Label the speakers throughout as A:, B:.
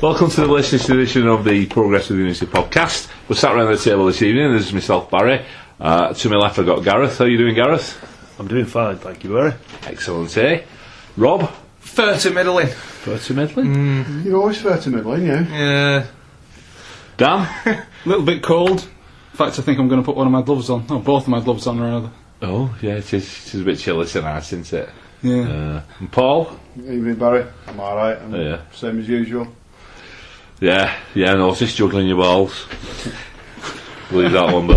A: Welcome to the latest edition of the Progress with Unity podcast. We're sat around the table this evening. There's myself, Barry. Uh, to my left, I've got Gareth. How are you doing, Gareth?
B: I'm doing fine, thank you, Barry.
A: Excellent, eh? Rob?
C: Further middling.
A: Bertie Medlin?
D: You're always fertile, ain't you?
C: Yeah.
A: Dan?
E: A little bit cold. In fact, I think I'm going to put one of my gloves on. Oh, both of my gloves on, rather.
A: Oh, yeah, it is, it is a bit chilly tonight, isn't it?
E: Yeah.
A: Uh, and Paul?
D: Evening, Barry. I'm alright. I'm
A: Yeah.
D: same as usual.
A: Yeah, yeah, I noticed juggling your balls. Leave that one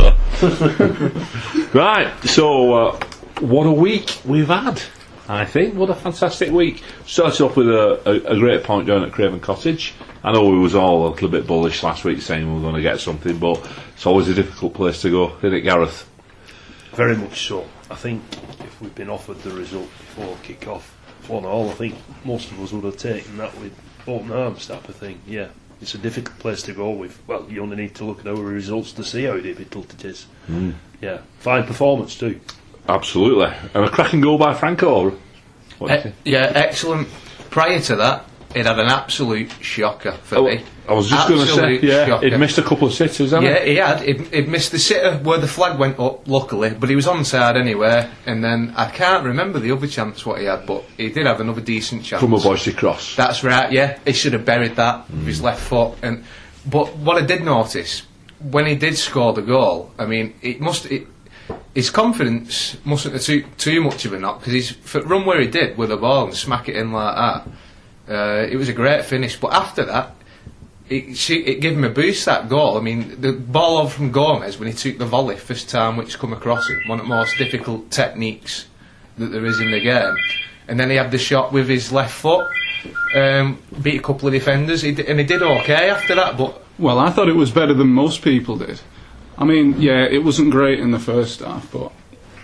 A: better. right, so uh, what a week we've had. I think what a fantastic week. Started off with a, a, a great point down at Craven Cottage. I know we was all a little bit bullish last week, saying we were going to get something, but it's always a difficult place to go, isn't it, Gareth?
B: Very much so. I think if we'd been offered the result before kick off, one all, I think most of us would have taken that with open arms type of thing. Yeah, it's a difficult place to go with. Well, you only need to look at our results to see how difficult it is. Yeah, fine performance too.
A: Absolutely, and a cracking goal by Franco. What do you
C: E-
A: think?
C: yeah, excellent. Prior to that, it had an absolute shocker for
A: Oh,
C: me.
A: I was just going to say,
C: Absolute
A: yeah,
C: shocker.
A: he'd missed a couple of sitters, hadn't
C: Yeah, he had. He'd, he'd missed the sitter where the flag went up, luckily, but he was onside anyway. And then I can't remember the other chance what he had, but he did have another decent chance.
A: From a Boise cross.
C: That's right. Yeah, he should have buried that with his left foot. And but what I did notice when he did score the goal, I mean, it must it, his confidence mustn't have too too much of a knock because he's for run where he did with the ball and smack it in like that. Uh, it was a great finish, but after that. It, she, it gave him a boost that goal. I mean, the ball over from Gomez when he took the volley first time, which come across him, one of the most difficult techniques that there is in the game. And then he had the shot with his left foot, um, beat a couple of defenders, he d- and he did okay after that. But
E: Well, I thought it was better than most people did. I mean, yeah, it wasn't great in the first half, but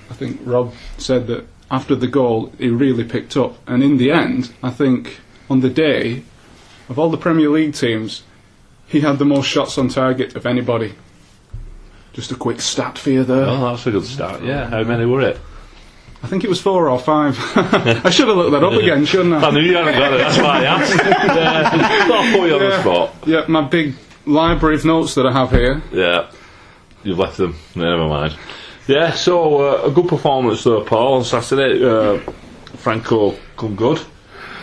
E: I think Rob said that after the goal, he really picked up. And in the end, I think on the day, of all the Premier League teams, he had the most shots on target of anybody. Just a quick stat for you there.
A: Oh, that's a good start. Yeah, how many were it?
E: I think it was four or five. I should have looked that up again, shouldn't
A: I
E: I?
A: knew you hadn't got it, that's why I asked. Yeah, thought I put you on the
E: Yeah.
A: spot.
E: Yeah, my big library of notes that I have here.
A: Yeah, you've left them. Never mind. Yeah, so uh, a good performance though, Paul, on Saturday. Uh, Franco come good.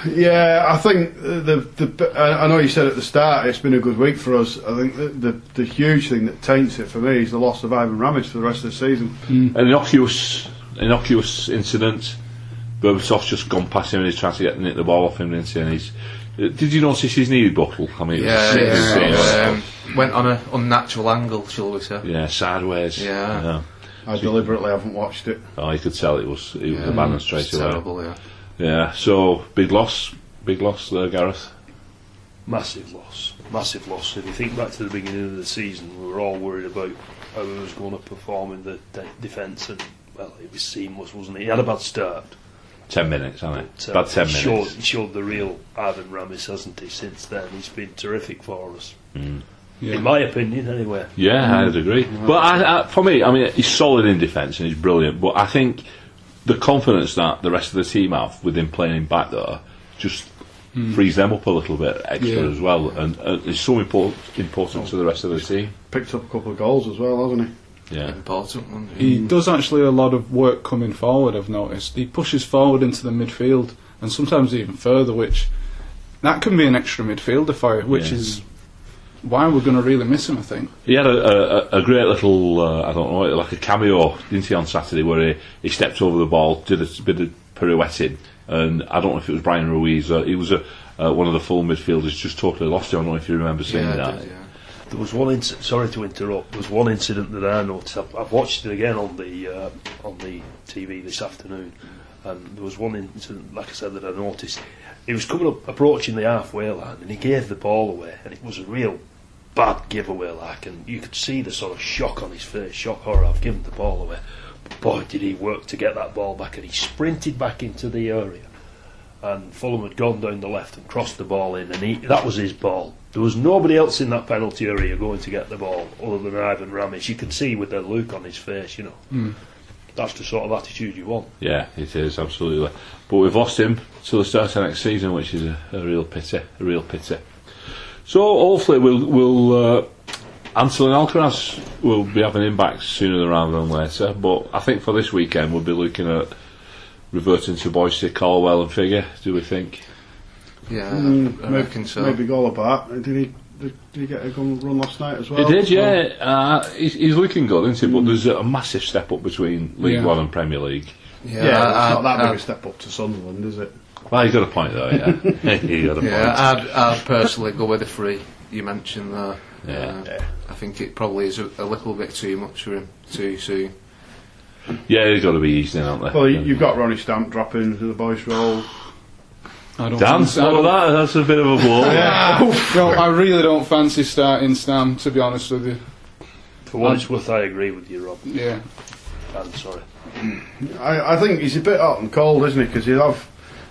D: Yeah, I think the, the the I I know you said at the start it's been a good week for us. I think the the, the huge thing that taints it for me is the loss of Ivan Ramage for the rest of the season.
C: Hmm.
A: An innocuous, innocuous incident. Berbatov's just gone past him and he's trying to get nick the ball off him and he's. uh, Did you notice his knee buckle? I mean, it was
C: yeah,
A: sick to see.
C: um, went on an unnatural angle, shall we say?
A: yeah, sideways.
C: Yeah.
D: I deliberately haven't watched it.
A: Oh, you could tell it was it was a banner straight
C: It's
A: away.
C: terrible. Yeah.
A: Yeah, so big loss, big loss there, Gareth.
B: Massive loss, massive loss. If you think back to the beginning of the season, we were all worried about how he was going to perform in the de- defence, and well, it was seamless, wasn't it? He had a bad start.
A: Ten minutes, hasn't it?
B: So
A: About ten
B: he
A: minutes.
B: Showed, he showed the real Ivan Ramis, hasn't he? Since then, he's been terrific for us,
A: Hmm.
E: Yeah.
B: in my opinion, anyway.
A: Yeah, I'd agree. But I, I, for me, I mean, he's solid in defence and he's brilliant. But I think the confidence that the rest of the team have with him playing him back there just frees them up a little bit extra
E: Yeah.
A: as well, and, and it's so impor- important to the rest of the team.
D: Picked up a couple of goals as well, hasn't he?
A: Yeah,
C: Important one. yeah.
E: He does actually a lot of work coming forward, I've noticed. He pushes forward into the midfield and sometimes even further, which that can be an extra midfielder for you, which
A: Yeah.
E: is why we're going to really miss him, I think.
A: he had a, a, a great little, uh, I don't know, like a cameo, didn't he, on Saturday, where he, he stepped over the ball, did a bit of pirouetting, and I don't know if it was Brian Ruiz, uh, he was a, uh, one of the full midfielders, just totally lost him. I don't know if you remember seeing
C: Yeah,
A: that.
C: it did, yeah.
B: There was one inc- sorry to interrupt. There was one incident that I noticed. I've, I've watched it again on the uh, on the TV this afternoon, and there was one incident, like I said, that I noticed. He was coming up, approaching the halfway line, and he gave the ball away, and it was a real bad giveaway. Like, and you could see the sort of shock on his face, shock horror. I've given the ball away. But boy, did he work to get that ball back, and he sprinted back into the area. and Fulham had gone down the left and crossed the ball in, and he, that was his ball. There was nobody else in that penalty area going to get the ball other than Ivan Ramis. You can see with the look on his face, you know. That's the sort of attitude you want.
A: Yeah, it is absolutely. But we've lost him till the start of next season, which is a, a real pity. A real pity. So hopefully we'll we'll uh, Anselin Alcaraz will be having him back sooner rather than later. But I think for this weekend we'll be looking at reverting to Boise, Caldwell, and Figure. Do we think?
C: Yeah,
D: Mm,
C: I
D: may-
C: reckon so.
D: Maybe goal apart. Did he? Did he get a gun run last night as well?
A: He did,
D: So-
A: yeah. Uh, he's, he's looking good, isn't he? But there's a massive step up between League
E: Yeah.
A: One and Premier League.
D: Yeah,
C: I-
D: it's not that
C: I-
D: big a step up to Sunderland, is it?
A: Well, he's got a point though. Yeah, he's got a point.
C: Yeah, I'd, I'd personally go with the three you mentioned there.
A: Yeah.
C: Uh, I think it probably is a, a little bit too much for him too soon.
A: Yeah, he's got to be easing, aren't they?
D: Well, you, you've got Ronnie Stamp dropping to the boys' roll.
E: I don't
A: Dan,
E: fancy- I
A: all
E: don't-
A: that. That's a bit of a blow.
E: No, I really don't fancy starting Stam, to be honest with you.
B: For what
E: Um,
B: it's worth, I agree with you, Rob.
E: Yeah.
B: I'm sorry.
D: I, I think he's a bit hot and cold, isn't he? Because he'll have,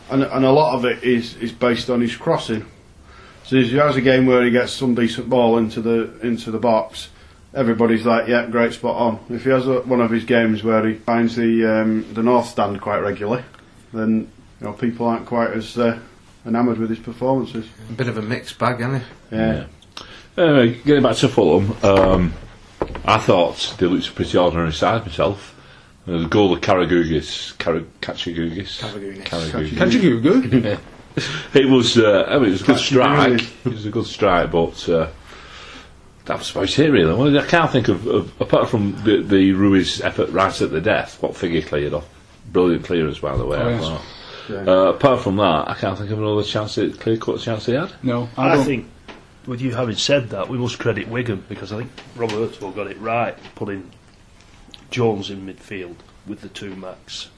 D: and, and a lot of it is, is based on his crossing. So if he has a game where he gets some decent ball into the into the box, everybody's like, "Yeah, great, spot on." If he has a, one of his games where he finds the um, the north stand quite regularly, then you know people aren't quite as uh, enamoured with his performances.
C: A bit of a mixed bag, isn't it?
D: Yeah,
A: Anyway, getting back to Fulham, um, I thought they looked a pretty ordinary side myself. Uh, the goal of Karagugis, Kara, Kachagugis.
C: Karagounis.
A: Karagounis.
E: Can't you go good?
A: It was, uh, I mean, it was a good strike.
D: Kachagounis.
A: It was a good strike, but uh, that was about it really. Well, I can't think of, of apart from the, the Ruiz effort right at the death. What figure cleared off? Brilliant clearance, by the way.
E: Oh,
A: I
E: yes.
A: thought.
D: Yeah.
A: Uh, apart from that, I can't think of another chance, that clear cut chance he had.
E: No, I
B: I,
E: don't.
B: think, with you having said that, we must credit Wigan because I think Rob Hurtwell got it right putting Jones in midfield with the two Macs.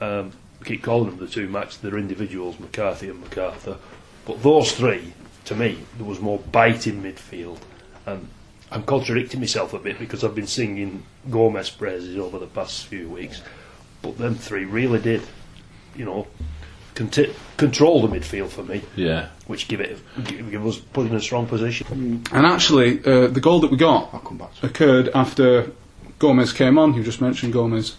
B: Um, we keep calling them the two Macs, they're individuals, McCarthy and MacArthur. But those three, to me, there was more bite in midfield. And I'm contradicting myself a bit because I've been singing Gomez praises over the past few weeks. But them three really did, you know, conti- control the midfield for me
A: Yeah.
B: which give it give, give us put in a strong position.
E: And actually, uh, the goal that we got
D: I'll come back to it.
E: occurred after Gomez came on. You just mentioned Gomez.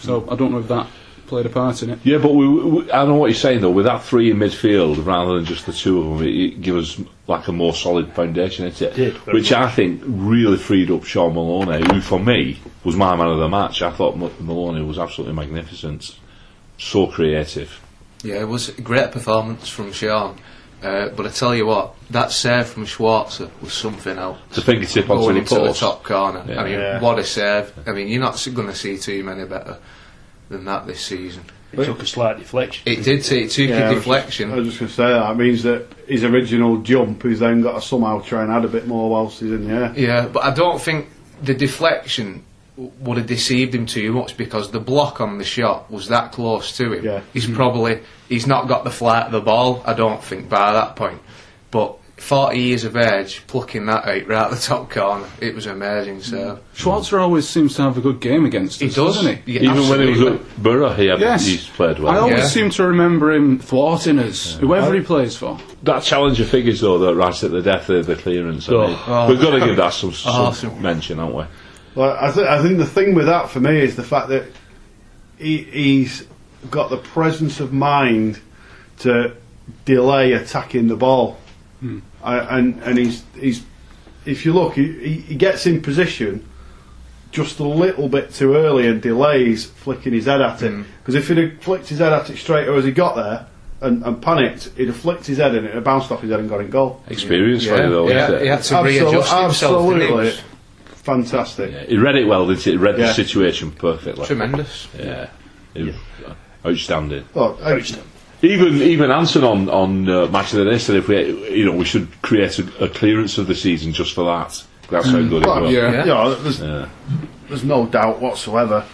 E: So I don't know if that played a part in it.
A: Yeah, but we, we, I know what you're saying though. With that three in midfield, rather than just the two of them, it, it gives us like a more solid foundation, isn't it?
B: Did, very
A: Which I think really freed up Sean Maloney, who for me was my man of the match. I thought Ma- Maloney was absolutely magnificent, so creative.
C: Yeah, it was a great performance from Sean. Uh, but I tell you what, that save from Schwarzer was something else.
A: The fingertip onto
C: Going
A: the
C: into the
A: post.
C: top corner.
A: Yeah.
C: I mean,
D: Yeah.
C: what a save! I mean, you're not going to see too many better than that this season.
B: It took a slight deflection.
C: It did take two
D: Yeah, I was-
C: deflection.
D: I was just going to say that. It means that his original jump, he's then got to somehow try and add a bit more whilst he's in the air.
C: Yeah, but I don't think the deflection w- would have deceived him too much because the block on the shot was that close to him.
D: Yeah.
C: He's
A: Mm-hmm.
C: probably he's not got the flight of the ball, I don't think, by that point. But forty years of age, plucking that out right at the top corner, it was amazing
D: Mm.
C: So
E: Schwarzer always seems to have a good game against
C: He
E: us,
C: does
E: doesn't he?
C: Yeah,
A: Even when he was
C: absolutely.
A: at Borough, he had,
E: Yes.
A: he's played well.
E: I always
C: Yeah.
E: seem to remember him thwarting us, whoever he plays for.
A: That challenger figures though that right at the death of the clearance. I
B: Oh.
A: mean, We've got to give that some, some
C: Awesome.
A: mention, haven't we?
D: Well, I, th- I think the thing with that for me is the fact that he, he's got the presence of mind to delay attacking the ball,
C: Hmm.
D: I, and and he's he's if you look, he, he he gets in position just a little bit too early and delays flicking his head at
C: Hmm.
D: it because if he'd have flicked his head at it straight as he got there. And, and panicked, he'd have flicked his head and it'd have bounced off his head and got in goal.
A: Experience
C: yeah,
A: player though,
C: he, had,
A: isn't
C: he
A: it?
C: had to
D: Absol-
C: readjust himself. didn't he? It
D: absolutely
C: was
D: fantastic.
A: Yeah, He read it well, didn't he? He read
D: Yeah.
A: the situation perfectly.
C: Tremendous.
A: Yeah, He was, uh, outstanding.
D: Well, I-
A: Even even Anson on on uh, match of the day said if we you know we should create a, a clearance of the season just for that. That's how good it
D: Well,
A: was.
E: yeah.
D: you know, there's,
A: Yeah.
D: there's no doubt whatsoever,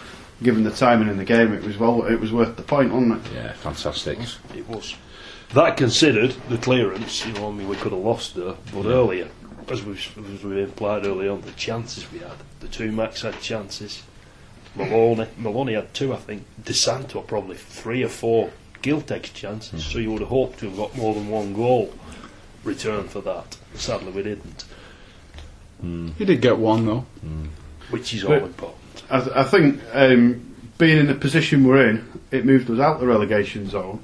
D: given the timing in the game, it was well, it was worth the point, wasn't it?
A: Yeah, fantastic.
B: It was that considered the clearance. You know, I mean, we could have lost there, but earlier, as we as we implied earlier on, the chances we had, the two Macs had chances. Maloney, Maloney had two, I think. DeSanto probably three or four Giltex chances. So you would have hoped to have got more than one goal return for that. Sadly, we didn't,
E: He did get one, though.
B: which is all
D: But-
B: important.
D: I, th- I think um, being in the position we're in, it moved us out the relegation zone.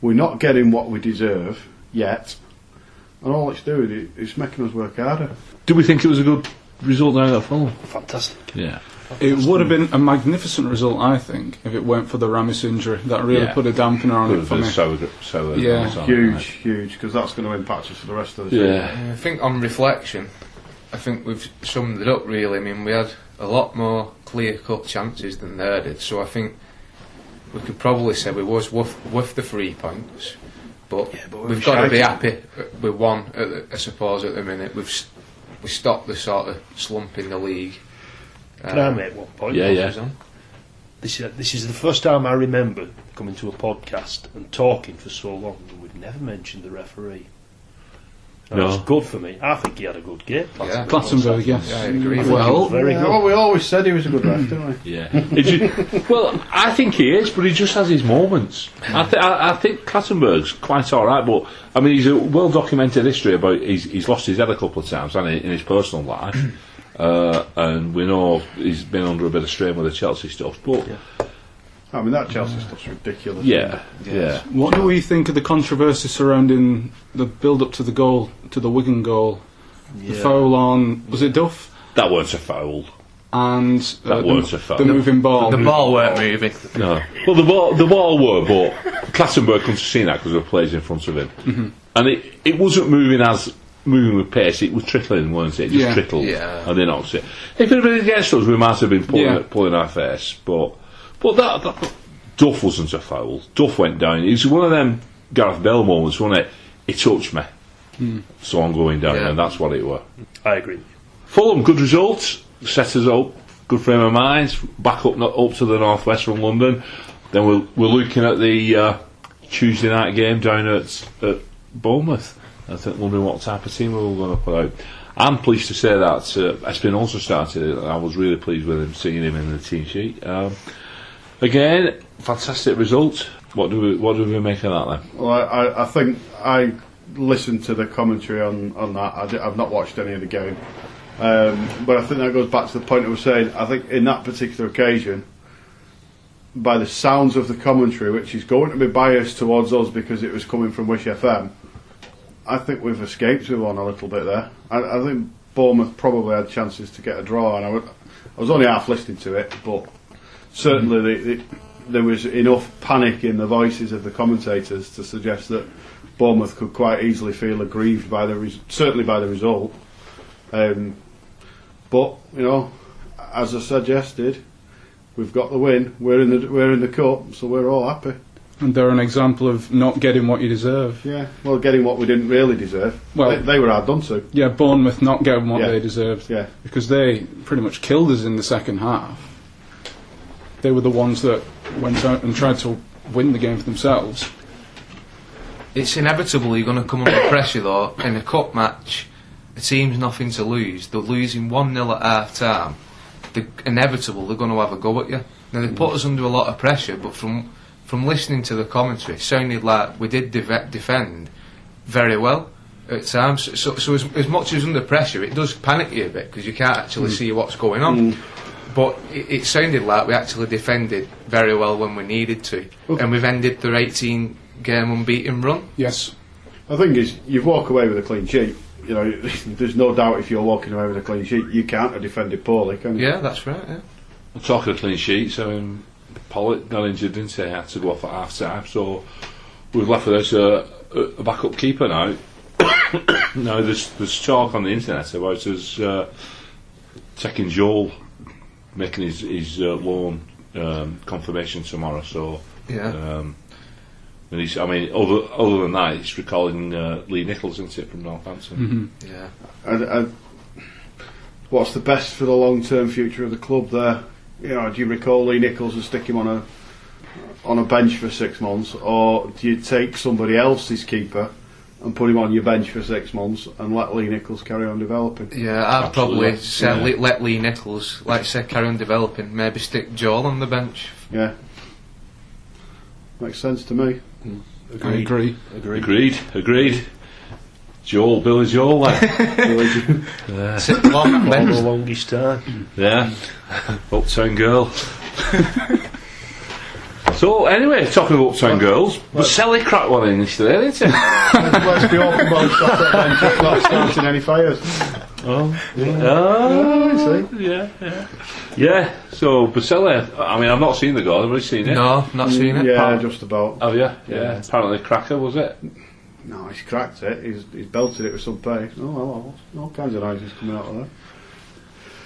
D: We're not getting what we deserve yet, And all it's doing is it's making us work harder.
A: Do we think it was a good result down that full?
B: Fantastic.
A: Yeah.
E: It would have been a magnificent result, I think, if it weren't for the Ramis injury. That really
A: Yeah.
E: put a dampener on it for me.
F: so, so
E: Yeah.
D: Huge, huge, because that's going to impact us for the rest of the season.
A: Oh, Yeah.
C: I think on reflection, I think we've summed it up really. I mean, we had a lot more clear-cut chances than they did, so I think we could probably say we was with, with the three points, but,
B: but we
C: we've
B: were
C: got to be
B: shite.
C: happy with one. At the, I suppose at the minute we've s- we stopped the sort of slump in the league. Um,
B: Can I make one point?
A: Um, Yeah, yeah.
B: This is, this is the first time I remember coming to a podcast and talking for so long and we've never mentioned the referee. And
A: No.
B: That's good for me. I think he had a good game.
C: Yeah.
E: Plattenberg, yes.
C: Yeah, I agree.
E: Well,
B: Very
D: Yeah,
B: good.
D: well, we always said he was a good ref, didn't we?
A: Yeah. It ju- well, I think he is, but he just has his moments. I, th- I, I think Clattenburg's quite all right, but I mean, he's a well documented history about he's, he's lost his head a couple of times, and in his personal life, uh, and we know he's been under a bit of strain with the Chelsea stuff. But yeah,
D: I mean, that Chelsea stuff's ridiculous.
A: yeah,
E: What do we think of the controversy surrounding the build up to the goal, to the Wigan goal? The foul on, was it Duff?
A: that weren't a foul.
E: And uh,
A: That
E: the,
A: was a foul.
E: the moving ball.
C: The ball weren't moving.
A: No. Well, the ball, the ball were, but Clattenburg couldn't have seen that because the players in front of him, and it, it wasn't moving as moving with pace. It was trickling, wasn't it? It just
E: Yeah.
A: trickled,
C: Yeah.
A: and then obviously, if it had been against us, we might have been pulling,
E: Yeah.
A: pulling our face. But but that, that Duff wasn't a foul. Duff went down. It was one of them Gareth Bell moments, wasn't it? He touched me, so I'm going down,
C: Yeah.
A: and that's what it were.
B: I agree.
A: Fulham, good results. Set us up. Good frame of mind. Back up, not up to the northwest from London. Then we're, we're looking at the uh, Tuesday night game down at, at Bournemouth. I think wondering what type of team we were going to put out. I'm pleased to say that uh, Espinosa started. it, and I was really pleased with him, seeing him in the team sheet. Um, again, fantastic result. What do we what do we make of that then?
D: Well, I, I, I think I listened to the commentary on, on that. I have not watched any of the game. Um, but I think that goes back to the point I was saying. I think in that particular occasion, by the sounds of the commentary, which is going to be biased towards us because it was coming from Wish FM, I think we've escaped with one a little bit there. I, I think Bournemouth probably had chances to get a draw, and I, would, I was only half listening to it, but certainly the, the, there was enough panic in the voices of the commentators to suggest that Bournemouth could quite easily feel aggrieved by the res- certainly by the result. Um, but you know, as I suggested, we've got the win. We're in the we're in the cup, so we're all happy.
E: and they're an example of not getting what you deserve.
D: Yeah, well, getting what we didn't really deserve.
E: Well-
D: they, they were hard done to.
E: Yeah, Bournemouth not getting what
D: Yeah.
E: they deserved.
D: Yeah.
E: Because they pretty much killed us in the second half. They were the ones that went out and tried to win the game for themselves.
C: It's inevitable you're going to come under pressure though in a cup match. The team's nothing to lose. They're losing 1 0 at half time. They're inevitable they're going to have a go at you. Now, they put us under a lot of pressure, but from from listening to the commentary, it sounded like we did def- defend very well at times. So, so as, as much as under pressure, it does panic you a bit because you can't actually see what's going on. But it, it sounded like we actually defended very well when we needed to. And we've ended their 18 game unbeaten run.
E: Yes.
D: The thing is, you walk away with a clean sheet. You know, there's no doubt if you're walking away with a clean sheet, you can't have defended poorly, can you?
C: Yeah, that's right. Yeah.
A: Talking of clean sheets, I mean, Pollock got injured, didn't he? Had to go off at half time, so we've left with us a, a backup keeper now. now, there's, there's talk on the internet about us uh, taking Joel, making his, his uh, loan um, confirmation tomorrow, so.
C: Yeah.
A: Um, and he's, I mean, other, other than that, it's recalling uh, Lee Nichols, isn't it, from Northampton?
C: yeah.
D: I, I, what's the best for the long term future of the club there? You know, do you recall Lee Nichols and stick him on a on a bench for six months, or do you take somebody else's keeper and put him on your bench for six months and let Lee Nichols carry on developing?
C: Yeah, I'd
A: Absolutely.
C: probably say
A: Yeah.
C: let, let Lee Nichols, like I said, carry on developing. Maybe stick Joel on the bench.
D: Yeah, makes sense to me.
E: I agree.
A: Agreed, agreed. Joel, Billy Joel, then.
C: Sit long on
B: For the
C: the bench.
B: longest time.
A: Yeah, uptown girl. So anyway, talking of uptown girls, but Sally cracked one in yesterday, didn't she?
D: let's, let's be open about that then, just not starting any fires.
A: oh, yeah, yeah, yeah. So Basella, I mean, I've not seen the goal. Have you seen it?
C: No, not seen it.
D: Yeah, just about.
A: Have you? Yeah. Apparently, cracker was it?
D: No, he's cracked it. He's, he's belted it with some pace. Oh, well, all kinds of noises coming out of there.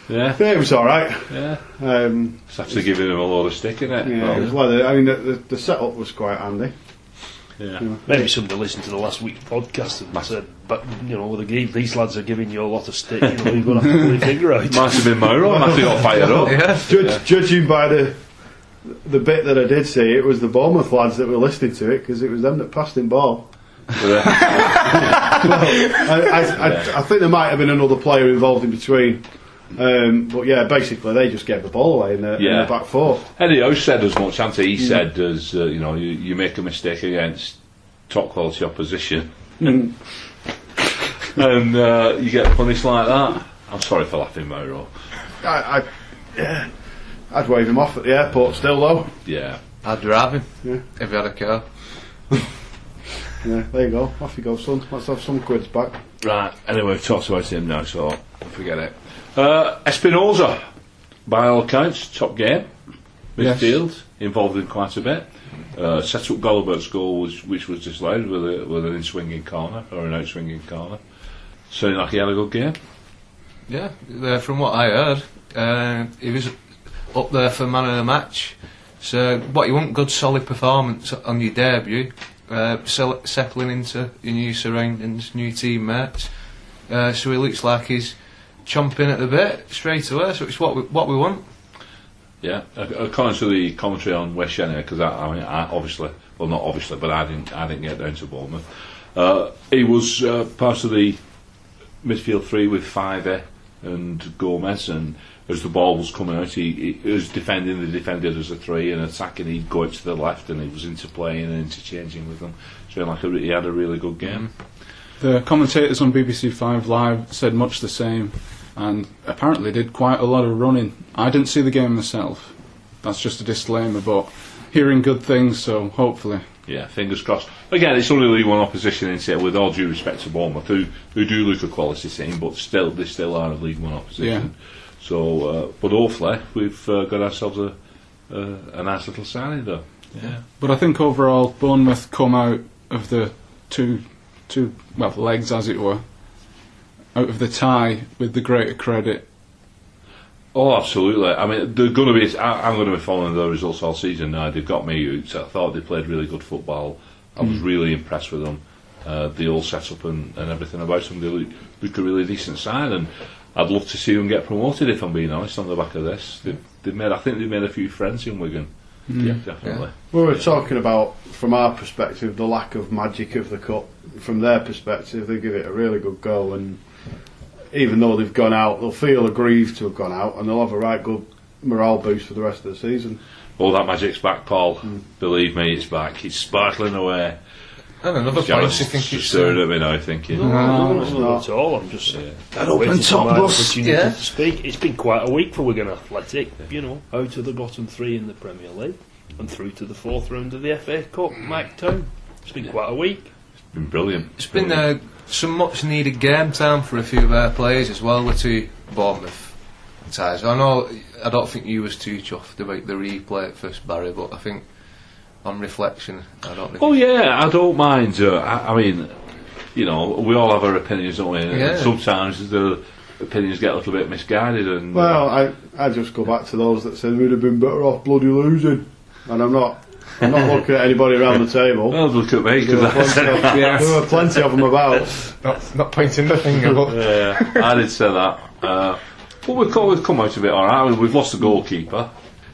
A: Yeah,
D: Yeah, it was all right.
A: yeah.
D: Um,
A: Just after giving him a load of stick, innit?
D: yeah,
A: Well,
D: it was leather. I mean, the, the, the setup was quite handy.
A: yeah.
B: Maybe somebody listened to the last week's podcast and said, but you know, the, g- these lads are giving you a lot of stick. You know, you're going to have to pull your finger out.
A: Might have been my role. Matthew got fired up.
C: Yeah.
D: Judge, Judging by the the bit that I did see, it was the Bournemouth lads that were listening to it because it was them that passed him ball.
A: Yeah.
D: I, I, I, I think there might have been another player involved in between. Um, but yeah, basically they just gave the ball away in the, in
A: Yeah.
D: the back four.
A: Eddie Howe said as much, hasn't he? He said, as, uh, you know, you, you make a mistake against top quality opposition and uh, you get punished like that. I'm sorry for laughing, Mauro.
D: I, I, yeah, I'd wave him off at the airport still though.
A: Yeah.
C: I'd drive him
D: Yeah.
C: if he had a car.
D: Yeah, there you go. Off you go, son. Let's have some quids back.
A: Right, anyway, we've talked about him now, so forget it. Uh, Espinosa, by all accounts, top game.
E: Yes.
A: Midfield, involved in quite a bit. Uh, set up Gullibert's goal, which, which was disallowed with, a, with an in swinging corner, or an out swinging corner. So, like, he had a good game.
C: Yeah, uh, from what I heard, uh, he was up there for man of the match. So, what you want, good solid performance on your debut, uh, sel- settling into your new surroundings, new teammates. Uh, so he looks like he's chomping at the bit straight away. So it's what we, what we want.
A: Yeah, ac- according to the commentary on West Shenandoah, because I, I mean, I obviously, well, not obviously, but I didn't, I didn't get down to Bournemouth. Uh, he was uh, part of the midfield three with Fiver and Gomez, and as the ball was coming out, he, he was defending the defended as a three and attacking. He'd go out to the left, and he was interplaying and interchanging with them. So like a, re- he had a really good game.
E: The commentators on BBC Five Live said much the same, and apparently did quite a lot of running. I didn't see the game myself. That's just a disclaimer, but hearing good things, so hopefully.
A: Yeah, fingers crossed. Again, it's only League One opposition, isn't it? With all due respect to Bournemouth, who, who do look a quality team, but still they still are a League One opposition. So, uh, but hopefully we've uh, got ourselves a, uh, a nice little signing though. Yeah.
E: But I think overall, Bournemouth come out of the two, two well legs as it were, out of the tie with the greater credit.
A: Oh, absolutely. I mean, they're going to be. I, I'm going to be following their results all season now. They've got me hooked. I thought they played really good football. I was really impressed with them. Uh, the all set up and, and everything about them. They look, look a really decent side, and I'd love to see them get promoted. If I'm being honest, on the back of this, they've, they've made. I think they've made a few friends in Wigan. Yeah, definitely.
D: We were talking about, from our perspective, the lack of magic of the cup. From their perspective, they give it a really good go, and even though they've gone out, they'll feel aggrieved to have gone out, and they'll have a right good morale boost for the rest of the season.
A: All that magic's back, Paul. Believe me, it's back. It's sparkling away.
C: And another place
A: Gareth's
C: you think
A: just
C: it's uh,
A: staring at me now, thinking.
D: No, it's
B: Not at
D: not.
B: all. I'm just uh,
C: That
B: waiting for my opportunity
C: Yeah.
B: to speak. It's been quite a week for Wigan Athletic. You know, out of the bottom three in the Premier League and through to the fourth round of the FA Cup. Mike Town. It's been quite a week.
A: It's been brilliant.
C: It's been uh, some much needed game time for a few of our players as well, the two Bournemouth ties. I know I don't think you was too chuffed about the replay at first, Barry, but I think on reflection, I don't think.
A: Oh yeah, I don't mind. Uh, I, I mean, you know, we all have our opinions, don't we? And
C: Yeah.
A: Sometimes the opinions get a little bit misguided, and uh,
D: Well, I, I just go back to those that said we'd have been better off bloody losing, and I'm not. I'm not looking at anybody around the table.
A: well, look at me because
D: There were
A: I
D: plenty
A: said
D: of, there were plenty of them about.
C: Not, not pointing the finger, but
A: Yeah, I did say that. Uh, but we've come, we've come out of it all right. I mean, we've lost the goalkeeper.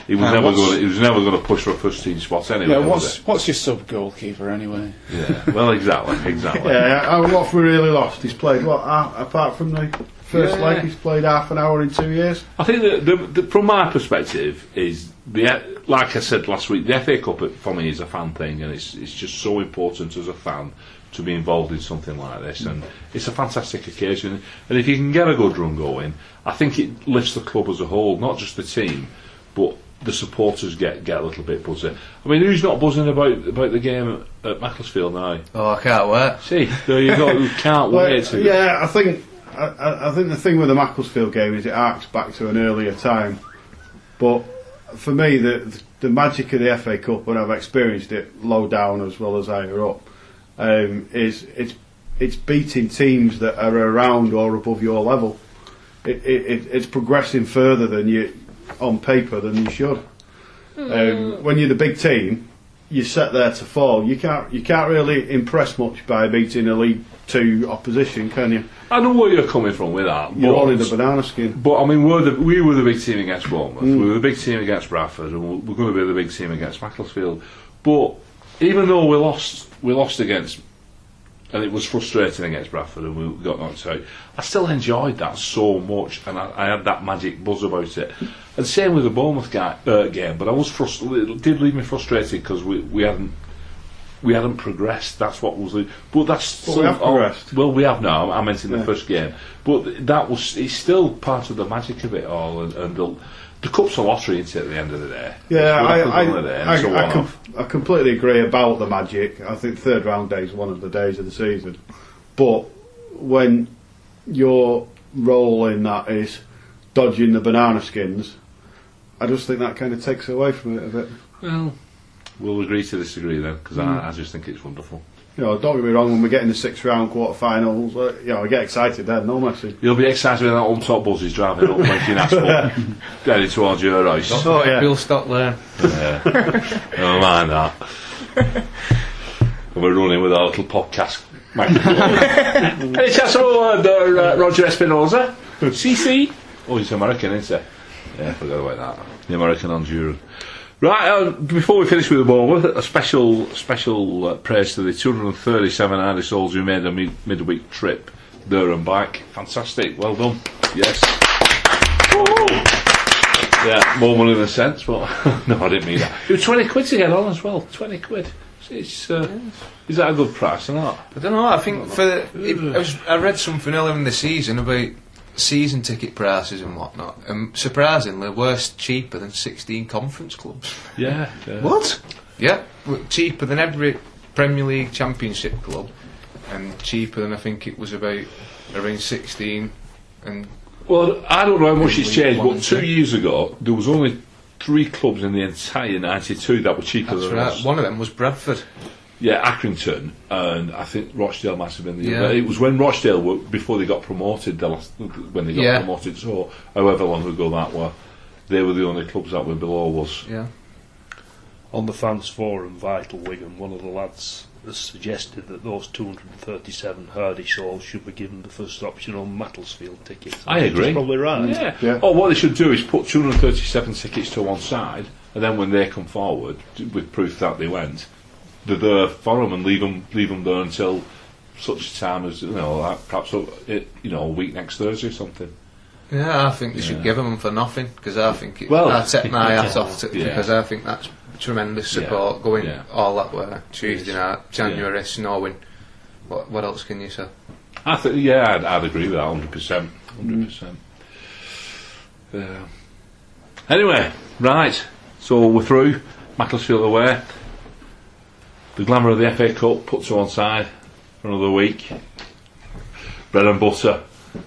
A: He was
E: And
A: never
E: what's-
A: going. He was never going to push for a first team spot anyway.
E: Yeah,
A: was
E: what's what's your sub goalkeeper anyway?
A: he? yeah. Well, exactly, exactly.
D: Yeah, how what have we really lost? He's played what? Half, apart from the first
A: Yeah.
D: leg, he's played half an hour in two years.
A: I think that the, the, from my perspective is the like I said last week, the FA Cup for me is a fan thing, and it's it's just so important as a fan to be involved in something like this, and it's a fantastic occasion. And if you can get a good run going, I think it lifts the club as a whole, not just the team, but the supporters get get a little bit buzzing. I mean, who's not buzzing about about the game at Macclesfield now?
C: Oh, I can't wait.
A: See, there you go. You can't
D: Well,
A: wait. to-
D: yeah, I think I- I, I think the thing with the Macclesfield game is it arcs back to an earlier time. But for me, the the magic of the FA Cup, when I've experienced it low down as well as higher up, um, is it's it's beating teams that are around or above your level. It, it, it, it's progressing further than you on paper than you should. Um, when you're the big team, you set there to fall. You can't you can't really impress much by beating a League Two opposition, can you?
A: I know where you're coming from with that.
D: You're
A: but-
D: all in a banana skin.
A: But I mean, we're the, we were the big team against Bournemouth. We were the big team against Bradford, and we're, we're going to be the big team against Macclesfield. But even though we lost, we lost against, and it was frustrating against Bradford, and we got knocked out. I still enjoyed that so much, and I, I had that magic buzz about it. And same with the Bournemouth guy, uh, game, but I was frustrated. It did leave me frustrated because we, we hadn't. We hadn't progressed. That's what was the. But that's.
D: But we have
A: somehow-
D: progressed.
A: well, we have now. I meant in the
D: Yeah.
A: first game, but th- that was it's still part of the magic of it all, and, and the, the cup's a lottery, isn't it? At the end of the day,
D: Yeah,
A: It's what
D: I
A: happens
D: I,
A: on the day, and
D: I,
A: so
D: I,
A: on.
D: com- I completely agree about the magic. I think third round day is one of the days of the season, but when your role in that is dodging the banana skins, I just think that kind of takes away from it a bit.
A: Well, we'll agree to disagree then, because
D: Mm.
A: I, I just think it's wonderful.
D: You know, don't get me wrong. When we get in the sixth round quarterfinals, uh, you know, I get excited then. No messing.
A: You'll be excited when that on top bus is driving up blinking asphalt heading towards your house.
D: Oh yeah.
C: We'll stop there.
A: Yeah. Never mind that. And we're running with our little podcast microphone. Any chance of under uh, Roger Espinosa? CC? Oh, he's American, isn't he? Yeah, I forgot about that. The American Honduran. Right, uh, before we finish with the Bournemouth, a special special uh, praise to the 237 Irish souls who made a mid- midweek trip there and back. Fantastic, well done. Yes. Yeah, more money than sense, but no, I didn't mean that. It was 20 quid to get on as well. 20 quid. It's, uh, Is that a good price or not?
C: I don't know. I think for the, it, I, was, I read something earlier in the season about season ticket prices and whatnot, and surprisingly, we're s- cheaper than 16 conference clubs.
A: Yeah. yeah.
C: What? Yeah, we're cheaper than every Premier League Championship club, and cheaper than I think it was about around 16. And
A: Well, I don't know how much it's
C: We
A: changed, but
C: wanted
A: two
C: to.
A: years ago, there was only three clubs in the entire 92 that were cheaper
C: that's
A: than
C: right.
A: us.
C: One of them was Bradford.
A: Yeah, Accrington, and I think Rochdale might have been the
C: Yeah.
A: other. It was when Rochdale were, before they got promoted, the last, when they got
C: Yeah.
A: promoted, so however long ago that were, they were the only clubs that were below us.
C: Yeah.
B: On the fans forum, Vital Wigan, one of the lads has suggested that those 237 hardy souls should be given the first option on Macclesfield tickets.
A: I agree.
B: He's probably right.
A: Yeah.
D: Yeah.
A: Or what they should do is put 237 tickets to one side, and then when they come forward t- with proof that they went, they're there for 'em and leave them, there until such time as you know, like perhaps uh, it, you know, a week next Thursday or something.
C: Yeah, I think they should give them for nothing because I think it,
A: Well-
C: I take my hat off to
A: Yeah.
C: because I think that's tremendous
A: Yeah,
C: support going
A: yeah.
C: all that way. Tuesday night, January,
A: Yeah.
C: snowing. What, what else can you say?
A: I think, yeah, I'd, I'd agree with that 100, percent 100. percent Yeah. Anyway, right. So we're through. Macclesfield away. The glamour of the FA Cup put to one side for another week. Bread and butter.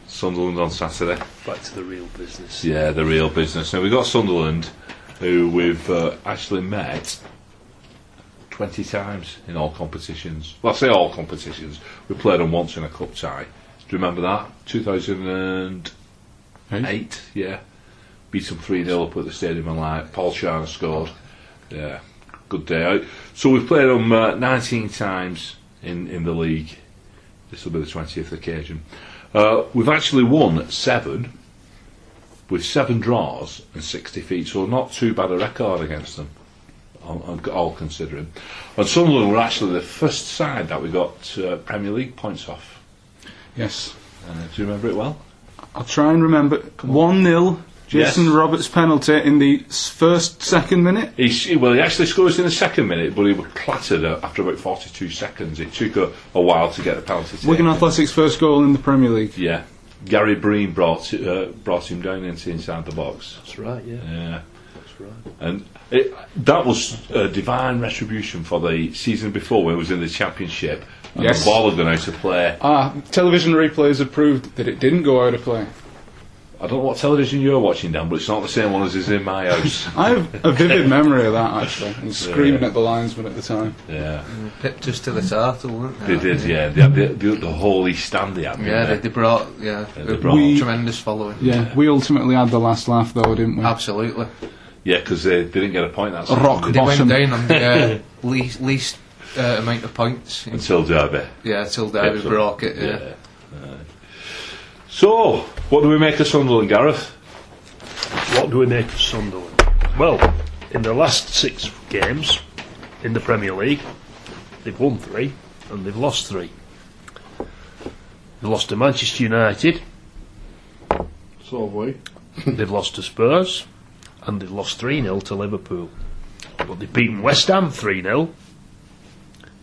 A: Sunderland on Saturday.
B: Back to the real business.
A: Yeah, the real business. Now we've got Sunderland, who we've uh, actually met 20 times in all competitions. Well, I say all competitions. We played them once in a cup tie. Do you remember that? 2008, yeah. Beat them 3 0 up at the stadium and like Paul Sharner scored. Yeah, good day out. So we've played them uh, 19 times in, in the league. This will be the 20th occasion. Uh, we've actually won seven with seven draws and 60 feet, so not too bad a record against them, all, all- all considering. And Sunderland were actually the first side that we got uh, Premier League points off.
E: Yes.
A: Uh, do you remember it well?
E: I'll try and remember. 1 0, Jason
A: Yes.
E: Roberts penalty in the s- first, second minute.
A: He, s- well, he actually scores in the second minute, but he was clattered uh, after about 42 seconds. It took a, a while to get the penalty.
E: Wigan
A: taken.
E: Athletic's first goal in the Premier League.
A: Yeah. Gary Breen brought, uh, brought him down into inside the box.
B: That's right, yeah.
A: Yeah. And it, that was uh, divine retribution for the season before when it was in the championship. And
E: Yes.
A: the ball had gone out of play.
E: Ah, television replays have proved that it didn't go out of play.
A: I don't know what television you're watching, Dan, but it's not the same one as is in my house.
E: I have a vivid memory of that actually, and screaming
A: Yeah.
E: at the linesman at the time.
A: yeah,
C: Pipped us to the turtle, weren't
A: they did. Yeah, they had the, the, the holy stand they had. didn't
C: Yeah, they,
A: they?
C: they brought yeah,
A: Yeah,
C: a
A: they brought- We-
C: tremendous following.
E: Yeah, we ultimately had the last laugh though, didn't we?
C: Absolutely,
A: Yeah, because they didn't get a point that season
E: Rock
A: did
C: they
A: they?
E: Bottom.
C: went down on the uh, least, least uh, amount of points.
A: until Derby.
C: Yeah, till Derby
A: Excellent.
C: broke it. Yeah.
A: Aye. So, what do we make of Sunderland, Gareth?
B: What do we make of Sunderland? Well, in their last six games in the Premier League, they've won three and they've lost three. They lost to Manchester United,
D: So have we.
B: they've lost to Spurs, and they've lost 3 0 to Liverpool. But they've beaten West Ham 3 0,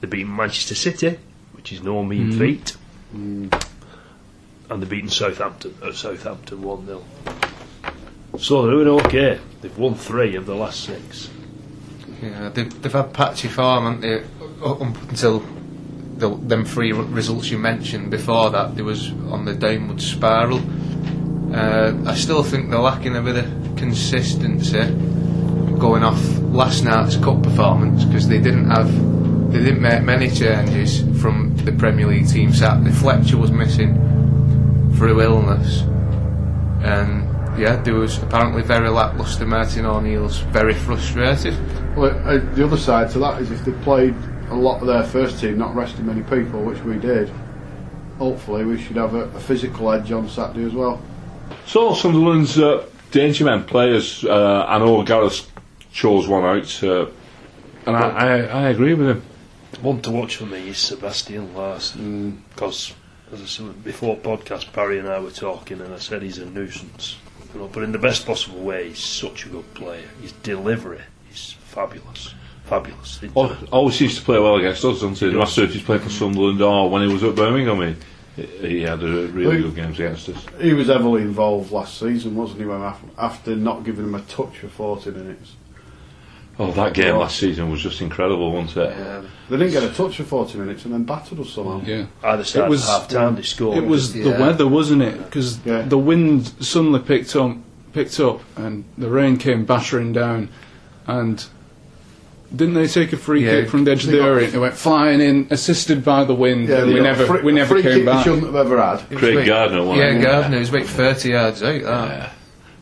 B: they've beaten Manchester City, which is no mean feat, and they've beaten Southampton at Southampton 1 0. So they're doing okay. They've won three of the last six.
C: Yeah, they've, they've had patchy form, haven't they? Up up until the, them three r- results you mentioned before that, they was on the downward spiral. Uh, I still think they're lacking a bit of consistency going off last night's cup performance because they didn't have they didn't make many changes from the Premier League team Saturday. Fletcher was missing through illness. And yeah, there was apparently very lacklustre. Martin O'Neill's very frustrated.
D: Well, uh, the other side to that is if they played a lot of their first team, not resting many people, which we did, hopefully we should have a, a physical edge on Saturday as well.
A: So, Sunderland's uh, danger men players. Uh, I know Gareth chose one out, uh, and I, I, I agree with him.
B: One to watch for me is Sebastian Larson because, as I said before podcast, Barry and I were talking, and I said he's a nuisance, you know, but in the best possible way. He's such a good player. His delivery is fabulous, fabulous. uh, He-
A: Al- Always seems to play well against us, doesn't he? The last time he's played for Sunderland or when he was at Birmingham, he, he had a really
D: Who-
A: good games against us.
D: He was heavily involved last season, wasn't he, when af- after not giving him a touch for 40 minutes?
A: Oh, that game last season was just incredible, wasn't it?
C: Um,
D: They didn't get a touch for 40 minutes and then battered us somehow.
E: Yeah.
B: Either side
E: was-
B: of half time, they scored.
E: It was the
C: Yeah.
E: weather, wasn't it? Because
D: Yeah.
E: the wind suddenly picked up, picked up, and the rain came battering down. And didn't they take a free
C: Yeah.
E: kick from the edge of
D: They
E: the
D: got-
E: area? It went flying in, assisted by the wind.
D: Yeah,
E: and
D: they
E: we
D: got
E: never,
D: a free,
E: we
D: a
E: never
D: free
E: came
D: kick they
E: back.
D: shouldn't have ever had.
A: Craig
C: Wait,
A: Gardner won
C: Yeah,
A: it.
C: Gardner was about 30 yards out. That.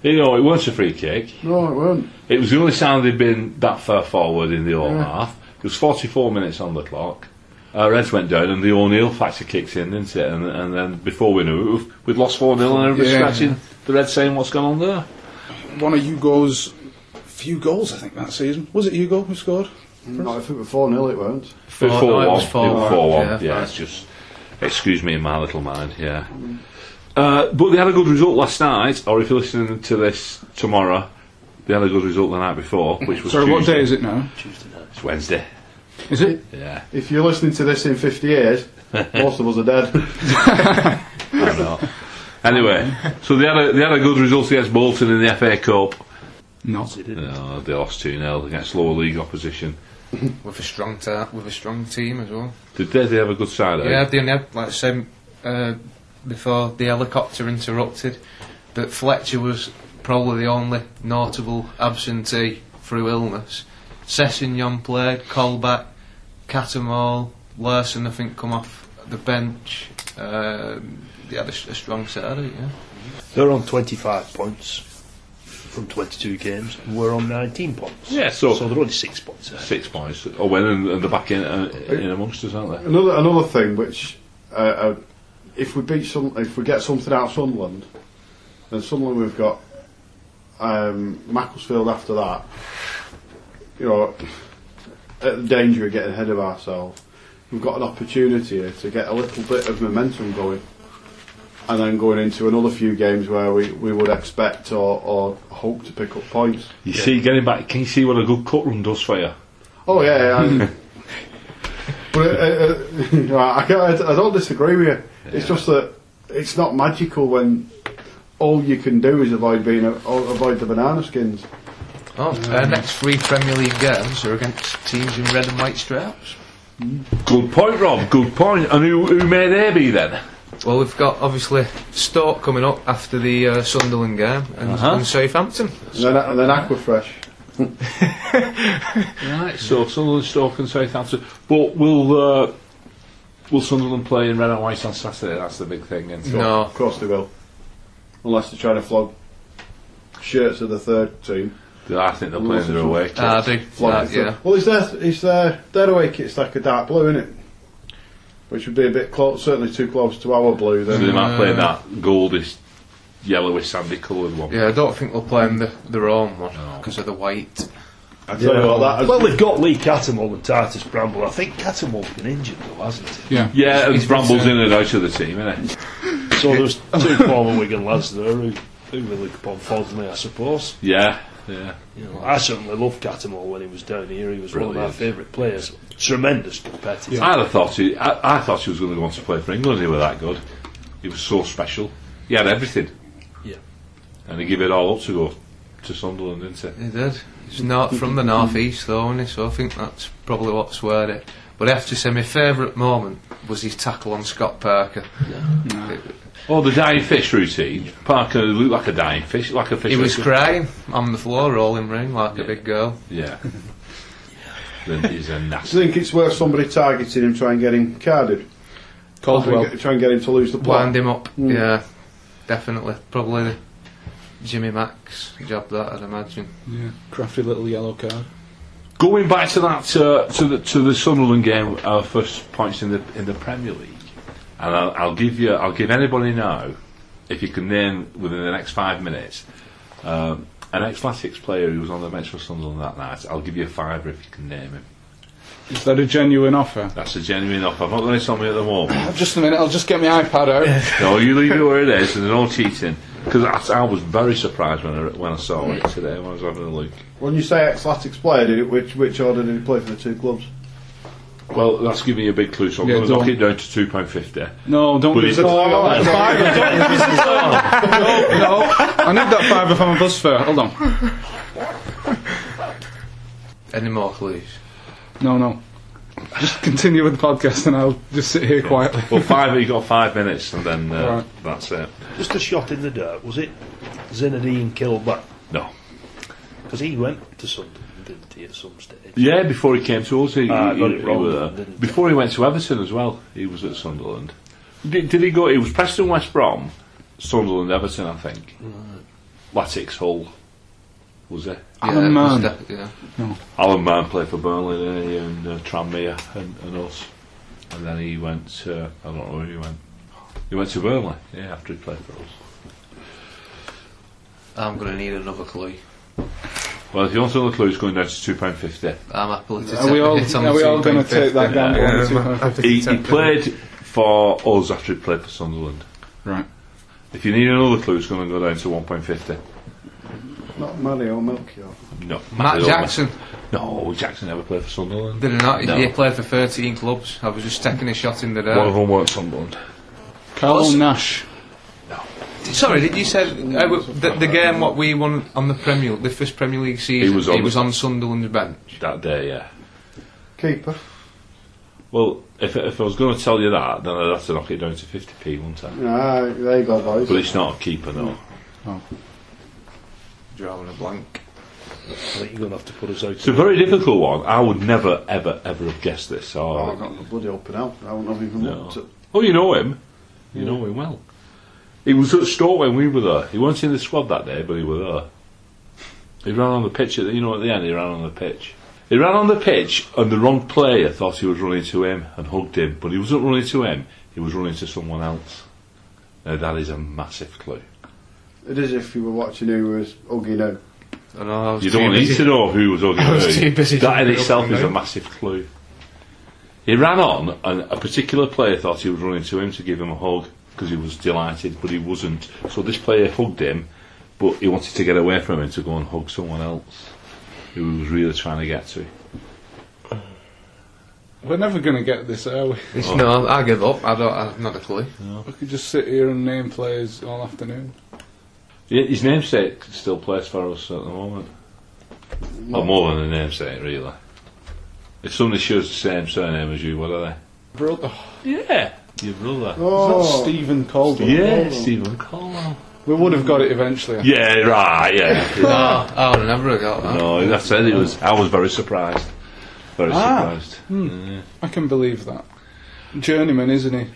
A: You know, it was a free kick.
D: No, it weren't.
A: It was the only time they'd been that far forward in the whole
D: Yeah.
A: half. It was 44 minutes on the clock. Uh, Reds went down and the O'Neill factor kicks in, didn't it? And, and then before we knew it, we'd lost 4 0 and everybody's
E: Yeah.
A: scratching the Reds saying, What's going on there?
E: One of Hugo's few goals, I think, that season. Was it Hugo who scored?
D: No, if it were 4 0, it weren't.
A: Four,
C: no,
A: four
C: it
A: one.
C: was four
A: It was
C: one.
A: four one.
C: Yeah,
A: Yeah,
C: fine.
A: it's just excuse me in my little mind. Yeah, uh, but they had a good result last night. Or if you're listening to this tomorrow, they had a good result the night before, which was
E: Sorry, what
A: Tuesday.
E: day is it now?
A: It's Wednesday.
E: Is it?
A: Yeah,
D: If you're listening to this in 50 years, most of us are dead.
A: I know. Anyway, so they had a they had a good result against Bolton in the FA Cup.
E: Not.
A: No, they lost two 0 against lower league opposition.
C: With a strong ta- with a strong team as well.
A: Did they, they have a good side? eh?
C: Yeah, they only had, like I said uh, before, the helicopter interrupted. That Fletcher was probably the only notable absentee through illness. Sessignon played, Colback, Catamol, Larson, I think, come off the bench. Um, they had a, s- a strong Saturday, yeah.
B: They're on 25 points from 22 games, and we're on 19 points.
A: Yeah, so-
B: so they're only six points. ahead.
A: Six points. Oh, when and, and they're back in uh, in amongst us, aren't they?
D: Another another thing which, uh, uh, if we beat some, if we get something out of Sunderland, then Sunderland we've got um, Macclesfield after that. You know, at the danger of getting ahead of ourselves, we've got an opportunity here to get a little bit of momentum going, and then going into another few games where we, we would expect or, or hope to pick up points.
A: You see, getting back. Can you see what a good cut run does for you?
D: Oh yeah, yeah. I- but uh, uh, you know, I, can't- I, I don't disagree with you. It's just that it's not magical when all you can do is avoid being a, avoid the banana skins.
C: Oh,
A: Mm.
C: our next three Premier League games are against teams in red and white stripes.
A: Good point, Rob. Good point. And who, who may they be then?
C: Well, we've got obviously Stoke coming up after the uh, Sunderland game and,
A: Uh-huh.
C: and Southampton.
D: And then, and then Aquafresh.
A: Right. So Sunderland, Stoke, and Southampton. But will uh, will Sunderland play in red and white on Saturday? That's the big thing. And
C: No,
D: Of course they will. Unless they're trying to flog shirts of the third team.
A: I think they're playing their away. kit.
C: I do.
D: Flog
C: Uh,
D: the third-
C: yeah.
D: Well, it's their, it's their, their away kit's like a dark blue, isn't it? Which would be a bit close, certainly too close to our blue
A: So they
D: then.
A: might
C: Uh,
A: play that goldish, yellowish, sandy coloured one.
C: Yeah, I don't think they'll play them the, their own one because of the white.
D: I tell you what, that
B: Well, they've got Lee Cattermole and Titus Bramble. I think Cattermole's been injured though, hasn't he?
E: Yeah.
A: Yeah, and
C: He's
A: Bramble's in
C: returned.
A: and out of the team, isn't
B: So there's two former Wigan lads there who, who we look upon fondly, I suppose.
A: he? Yeah, yeah.
B: You know, I certainly loved Cattermole when he was down here. He was one
A: Brilliant.
B: of my favourite players. Tremendous competitor.
A: I'd have thought he, I, I thought he was going to go on to play for England. He was that good. He was so special. He had everything.
B: Yeah.
A: And he gave it all up to go to Sunderland, didn't he?
C: They did. He's not from the north east though, isn't he? So I think that's probably what swayed it. But I have to say, my favourite moment was his tackle on Scott Parker. It-
A: Oh, the dying fish routine. Parker looked like a dying fish, like a fish.
C: He was
A: routine.
C: crying on the floor, rolling ring like a big girl.
A: Yeah. then he's a
D: Do
A: nasty.
D: you think it's worth somebody targeting him, try and get him carded? Try and
C: Caldwell.
D: get, try and get him to lose the plot.
C: Wind him up.
E: Hmm.
C: Yeah, definitely. Probably the Jimmy Max job that I'd imagine.
E: yeah. Crafty little yellow card.
A: Going back to that uh, to the to the Sunderland game, our first points in the in the Premier League, and I'll, I'll give you I'll give anybody now, if you can name within the next five minutes, um, an ex Latics player who was on the bench for Sunderland that night. I'll give you a fiver if you can name him.
E: Is that a genuine offer? Uh,
A: That's a genuine offer. I've not got it on me at the moment.
E: Just a minute, I'll just get my iPad out.
A: no, you leave it where it is, and no cheating. Because I, I was very surprised when I when I saw it today when I was having a look.
D: When you say ex-Latics player, did it, which, which order did he play for the two clubs?
A: Well, that's giving you a big clue. So I'm
E: Yeah,
A: going to knock
E: don't-
A: it down to two pound fifty.
E: No, don't
A: But
E: give
A: it's
E: that.
A: a-
E: I need that fiver for my bus fare. Hold on.
C: Any more clues?
E: No, no. Just continue with the podcast and I'll just sit here quietly.
A: Well, five. You got five minutes, and then uh,
E: Right.
A: that's it.
B: Just a shot in the dirt, was it? Zinedine Kilback.
A: No.
B: Because he went to Sunderland, didn't he, at some stage?
A: Yeah, before he came to us, he,
B: Ah, I
A: he-
B: got it
A: he
B: wrong,
A: were there.
B: didn't I?
A: before he went to Everton as well. He was at Sunderland. Did, did he go? It was Preston, West Brom, Sunderland, Everton, I think. Latics Hull was it?
E: Alan
C: it was
E: Mann.
C: de- yeah.
A: Alan Mann played for Burnley, didn't he, and uh, Tranmere and, and us. And then he went. Uh, I don't know where he went. He went to Burnley. Yeah, after he played for us.
C: I'm going to need another clue.
A: Well, if you want another clue, it's going down to two pound fifty.
C: I'm happily to
E: Are we
C: take
E: all,
C: it on the
E: are we all going to
C: £2.50.
E: take that down?
C: Yeah.
A: He, he played for us after he played for Sunderland.
E: Right.
A: If you need another clue, it's going to go down to 1.50.
D: Not Mario Melchior.
A: No.
C: Matt Jackson.
A: No, Jackson never played for Sunderland.
C: Did he not?
A: No.
C: He played for 13 clubs. I was just taking a shot in the
A: One of
C: dark.
A: them were at Sunderland.
E: Carl
C: What's-
E: Nash.
C: Sorry, did you say uh, w- the, the game what we won on the Premier, the first Premier League season?
A: He was on the-
C: Sunderland's bench.
A: That day, yeah.
D: Keeper.
A: Well, if, if I was going to tell you that, then I'd have to knock it down to 50p, wouldn't I?
D: Ah, there you go, boys.
A: But it's not a keeper, no.
C: Drawing a blank.
B: I think you're going to have to put us out.
A: It's a very difficult one. I would never, ever, ever have guessed this. So
D: Oh, I've got the bloody open out. I wouldn't have even
A: No.
D: looked at
A: Oh, you know him. You know him well. He was at Stoke when we were there. He wasn't in the squad that day, but he was there. He ran on the pitch. At the, you know, at the end, he ran on the pitch. He ran on the pitch, and the wrong player thought he was running to him and hugged him, but he wasn't running to him. He was running to someone else. Now that is a massive clue.
D: It is if you were watching who was Uggy now.
C: I know, I was
A: You
C: too
A: don't need
C: busy.
A: to know who was hugging
C: I was
A: who.
C: too busy
A: That in
C: jumping
A: itself
C: up and
A: is a
C: down.
A: massive clue. He ran on, and a particular player thought he was running to him to give him a hug because he was delighted, but he wasn't. So this player hugged him, but he wanted to get away from him to go and hug someone else who he was really trying to get to.
E: We're never going to get this, are we?
C: It's- No, I give up. I don't. I've not a clue.
E: We could just sit here and name players all afternoon.
A: Yeah, His namesake still plays for us at the moment. Well, more than a namesake, really. If somebody shares the same surname as you, what are
E: Brother.
A: they? Yeah, your brother.
E: Is that
D: Oh,
E: Stephen Caldwell?
A: yeah, Stephen Colwell.
E: We would have got it eventually. I
A: Yeah, right. Yeah.
C: Oh, I would never have got that.
A: no, that's it. It was. I was very surprised. Very
E: Ah.
A: surprised.
E: I can believe that. Journeyman, isn't he?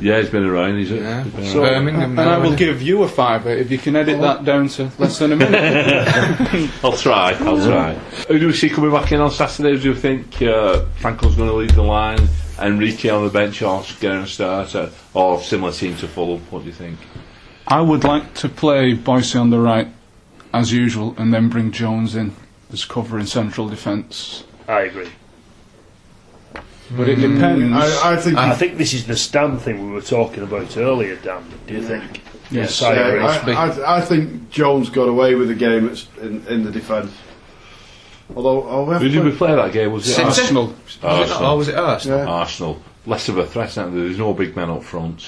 A: Yeah, he's been around. He's
C: Yeah.
A: he's been
C: So- Birmingham,
E: and I
C: no,
E: will
C: isn't
E: give you a fiver if you can edit that down to less than a minute.
A: I'll try. I'll try. Who do we see coming back in on Saturday? Do you think uh, Franco's going to lead the line? Enrique on the bench or getting a starter or similar team to Fulham? What do you think?
E: I would like to play Boise on the right, as usual, and then bring Jones in as cover in central defence.
B: I agree.
E: But it depends.
D: Mm. I, I think
A: Ah,
B: I think this is the Stan thing we were talking about earlier, Dan. Do you think?
E: Yes.
B: I
D: Yeah,
B: agree.
D: I, I, I think Jones got away with the game it's in, in the defence. Although, oh, we have
A: Who did
D: played-
A: we play that game? Was it
C: City?
A: Arsenal?
E: Arsenal.
C: Was it, oh, was it us?
D: Yeah.
A: Arsenal. Less of a threat, aren't they? There's no big man up front.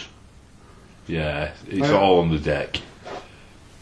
A: Yeah, it's
D: I-
A: all on the deck.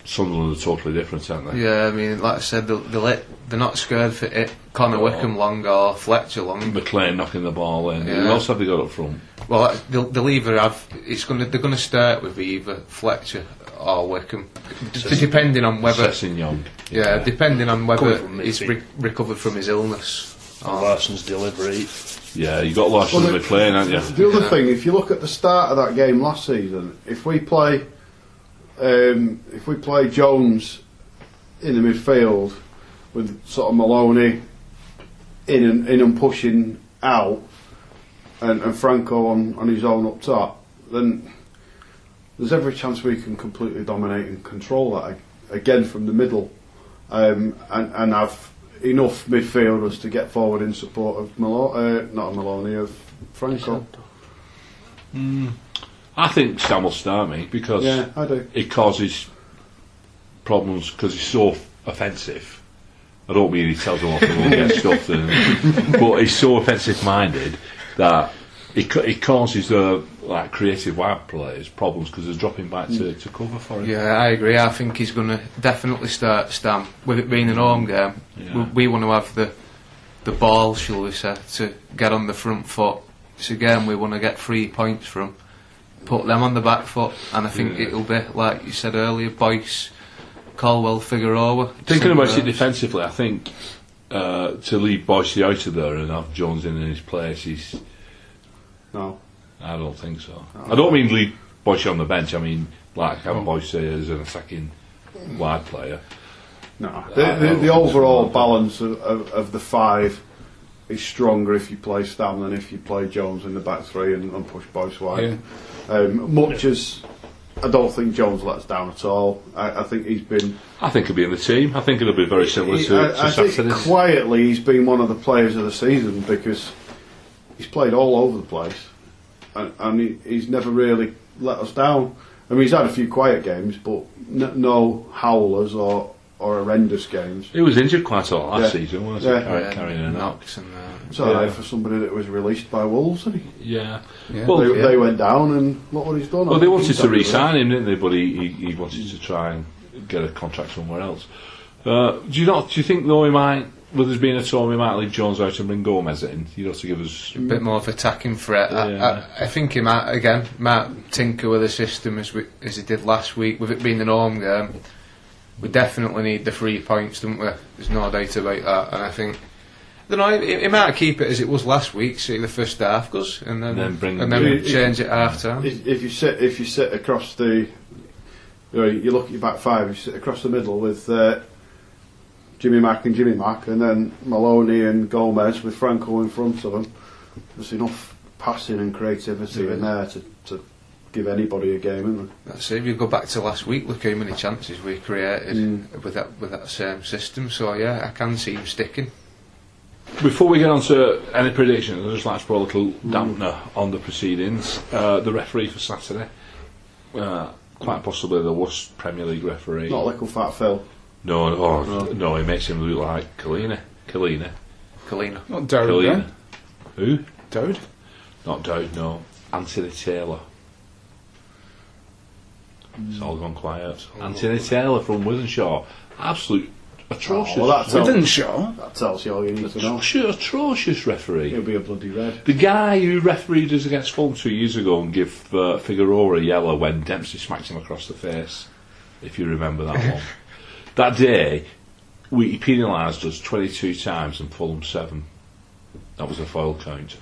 A: Sunderland are totally different, aren't they?
C: Yeah, I mean, like I said, they, they let, they're not scared for it. Connor Wickham long or Fletcher long.
A: McLean knocking the ball in.
C: Yeah.
A: Who else have they got up front?
C: Well, they'll, they'll either have. It's gonna. They're gonna start with either Fletcher or Wickham, d- depending on whether.
A: Sessin Young.
C: Yeah, depending on whether
B: Coming from
C: he's
B: midfield.
C: re- recovered from his illness.
B: And Larson's delivery.
A: Yeah, you got Larson
D: Well,
A: and
D: the-
A: McLean, haven't you?
D: The other thing, if you look at the start of that game last season, if we play, um, if we play Jones in the midfield with sort of Maloney in and in and pushing out, and, and Franco on, on his own up top, then there's every chance we can completely dominate and control that ag- again from the middle, um, and and have enough midfielders to get forward in support of Maloney, uh, not Maloney of Franco.
A: I think Stan will start me because
D: Yeah, I do.
A: it causes problems because he's so f- offensive. I don't mean he tells them off and all that stuff, and, but he's so offensive-minded that it, ca- it causes the like creative wide players problems because they're dropping back to, to cover for him.
C: Yeah, I agree. I think he's gonna definitely start Stam. With it being an home game,
A: Yeah.
C: we, we want to have the the ball, shall we say, to get on the front foot. It's a game we want to get three points from. Put them on the back foot, and I think
A: Yeah.
C: it'll be like you said earlier, Boyce, Colwell, Figueroa.
A: Thinking about it
C: Somewhere.
A: defensively, I think uh, to leave Boyce out of there and have Jones in in his place is
D: No.
A: I don't think so. I don't mean leave Boyce on the bench. I mean like have
D: Oh.
A: Boyce as an attacking wide player.
D: No.
A: I
D: The, the,
A: don't
D: the
A: think
D: overall
A: so.
D: balance of, of, of the five is stronger if you play Stam than if you play Jones in the back three and, and push Boyce wide. Um, much as I don't think Jones lets down at all. I, I think he's been.
A: I think he'll be in the team. I think it'll be very similar
D: he-
A: to,
D: I,
A: to
D: I think
A: Saturday's.
D: quietly he's been one of the players of the season because he's played all over the place and, and he, he's never really let us down. I mean, he's had a few quiet games, but n- no howlers or, or horrendous games.
A: He was injured quite a lot last
D: Yeah.
A: season, wasn't
D: Yeah.
A: he? Carry- Carrying
C: Yeah,
A: an out.
C: Knox and uh,
D: It's all right
A: Yeah.
D: for somebody that was released by Wolves, isn't he?
A: Yeah.
E: Yeah.
A: Well,
D: they, they went down, and look what he's done.
A: well,
D: I
A: they
D: think
A: wanted
D: he's
A: to
D: done really
A: re-sign him, didn't they? But he, he, he wanted to try and get a contract somewhere else. Uh, do you not? Do you think though he might, with us being at home, he might leave Jones out and bring Gomez in? You know, to give us.
C: a bit more of attacking threat.
A: Yeah.
C: I, I, I think he might again might tinker with the system as we, as he did last week. With it being an home game, we definitely need the three points, don't we? There's no doubt about that. And I think. I don't know, he, he might keep it as it was last week, see the first half goes, and then,
A: And then bring-
C: and then
D: Yeah.
C: change it half time.
D: If, if you sit, if you sit across the, you, know, you look at your back five. You sit across the middle with uh, Jimmy Mack and Jimmy Mack, and then Maloney and Gomez with Franco in front of them. There's enough passing and creativity in there to, to give anybody a game, isn't there?
C: That's it. If you go back to last week, look how many chances we created
D: Mm.
C: with that with that same system. So yeah, I can see him sticking.
A: Before we get on to any predictions, I'd just like to put a little dampener on the proceedings. Uh, the referee for Saturday, uh, quite possibly the worst Premier League referee.
D: Not Little Fat Phil.
A: No, oh, no, it makes him look like Kalina. Kalina.
C: Kalina.
E: Not Dowd,
A: Kalina.
E: then.
A: Who?
E: Dowd?
A: Not Dowd, no. Anthony Taylor. It's all gone quiet. Anthony Taylor from Withenshaw. Absolute atrocious.
D: Oh, well, that's all.
E: Widenshaw?
D: That tells you all you need to know.
A: atrocious, atrocious referee.
D: It'll be a bloody red.
A: The guy who refereed us against Fulham two years ago and give uh, Figueroa a yellow when Dempsey smacked him across the face, if you remember that one. That day, we, he penalised us 22 times and Fulham 7. That was a foul count.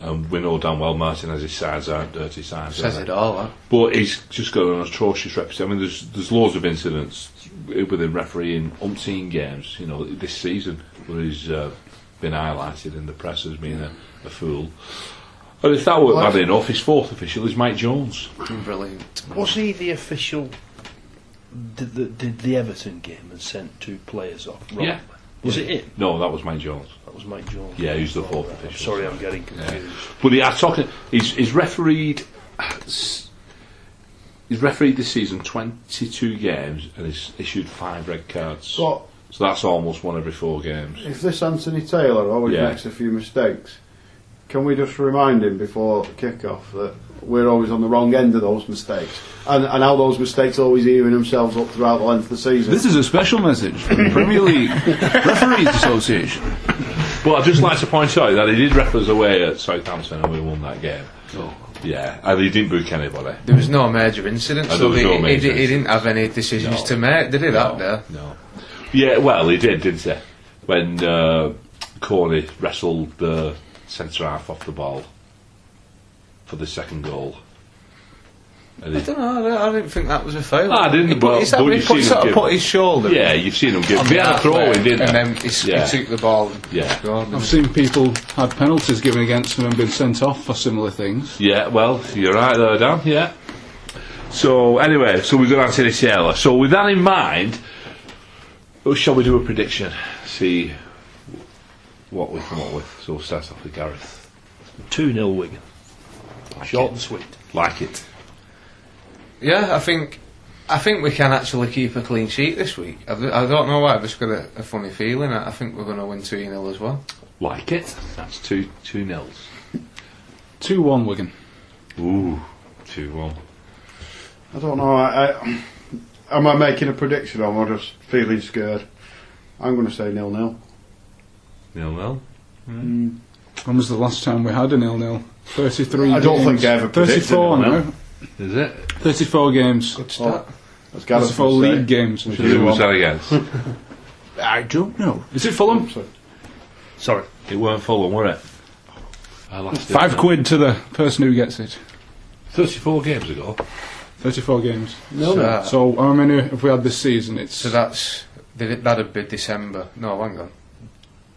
A: And we know damn well Martinez's sides aren't dirty sides.
C: Says
A: are they?
C: it all, huh?
A: But he's just got an atrocious reputation. I mean, there's there's loads of incidents within refereeing umpteen games. You know, this season where he's uh, been highlighted in the press as being a, a fool. And if that weren't bad enough, his fourth official is Mike Jones.
C: Mm. Brilliant.
B: Was he the official? Did the, did the Everton game and sent two players off? Right?
A: Yeah.
B: Was it him?
A: No, that was Mike Jones.
B: That was Mike Jones.
A: Yeah, he's the fourth
B: I'm
A: official.
B: sorry, I'm getting
A: Yeah.
B: confused.
A: But he, I'm talking. He's, he's refereed. s- He's refereed this season 22 games and he's issued five red cards.
D: But
A: so that's almost one every four games.
D: if this Anthony Taylor always
A: Yeah.
D: makes a few mistakes, can we just remind him before kick-off that we're always on the wrong end of those mistakes? And, and how those mistakes always even themselves up throughout the length of the season.
E: This is a special message from the Premier League Referees Association.
A: Well, I'd just like to point out that he did ref us away at Southampton and we won that game.
C: Oh.
A: Yeah, and he didn't book anybody.
C: There was no major incident,
A: Oh,
C: so
A: there was
C: he,
A: no
C: he
A: major
C: di- he didn't have any decisions
A: No.
C: to make, did he, that day?
A: No. Yeah, well, he did, didn't he? When uh, Corney wrestled the centre half off the ball for the second goal. And
C: I
A: he-
C: don't know, I don't- I didn't think that was a foul.
A: Ah, I didn't,
C: He put
A: but-
C: his-
A: but
C: he
A: you've
C: put,
A: seen
C: sort
A: him
C: of
A: give-
C: put his shoulder
A: yeah, you've seen him give.
C: on
A: He
C: the
A: had a
C: halfway,
A: throw in, didn't
C: And
A: they?
C: then he, s-
A: Yeah.
C: he took the ball and
A: Yeah.
C: scored.
E: I've seen people had penalties given against them and been sent off for similar things.
A: Yeah, well, you're right there, Dan. Yeah. So anyway, so we've got Anthony Taylor. So with that in mind, oh, shall we do a prediction? See what we come up with. So we'll start off with Gareth.
B: Two 0 Wigan. Short and sweet.
A: Like it.
C: Yeah, I think I think we can actually keep a clean sheet this week. I, d- I don't know why, I've just got a, a funny feeling. I, I think we're going to win 2 0 as well.
A: Like it. That's two two nils.
E: 2 1 Wigan.
A: Ooh, two one.
D: I don't know. I, I, am I making a prediction or am I just feeling scared? I'm going to say nil-nil.
A: Nil nil.
E: When was the last time we had a nil nil? 33
D: I don't
E: games.
D: think I ever predicted
E: 34
D: nil-nil.
E: now.
A: Is it?
E: 34 games.
C: Good start.
D: That's Gareth
E: 34
D: would say.
E: league games.
D: Would
E: which
A: Who
D: you
E: is-
D: do
A: was
D: one?
A: that against?
E: I don't know. Is it Fulham?
B: Sorry.
A: it weren't Fulham, were it? I last
E: Five quid to the person who gets it.
A: Thirty four games ago.
E: 34 games.
D: Nil-nil.
C: So-
E: So how many have we had this season? It's
C: So that's did it- that'd be December. No, hang on.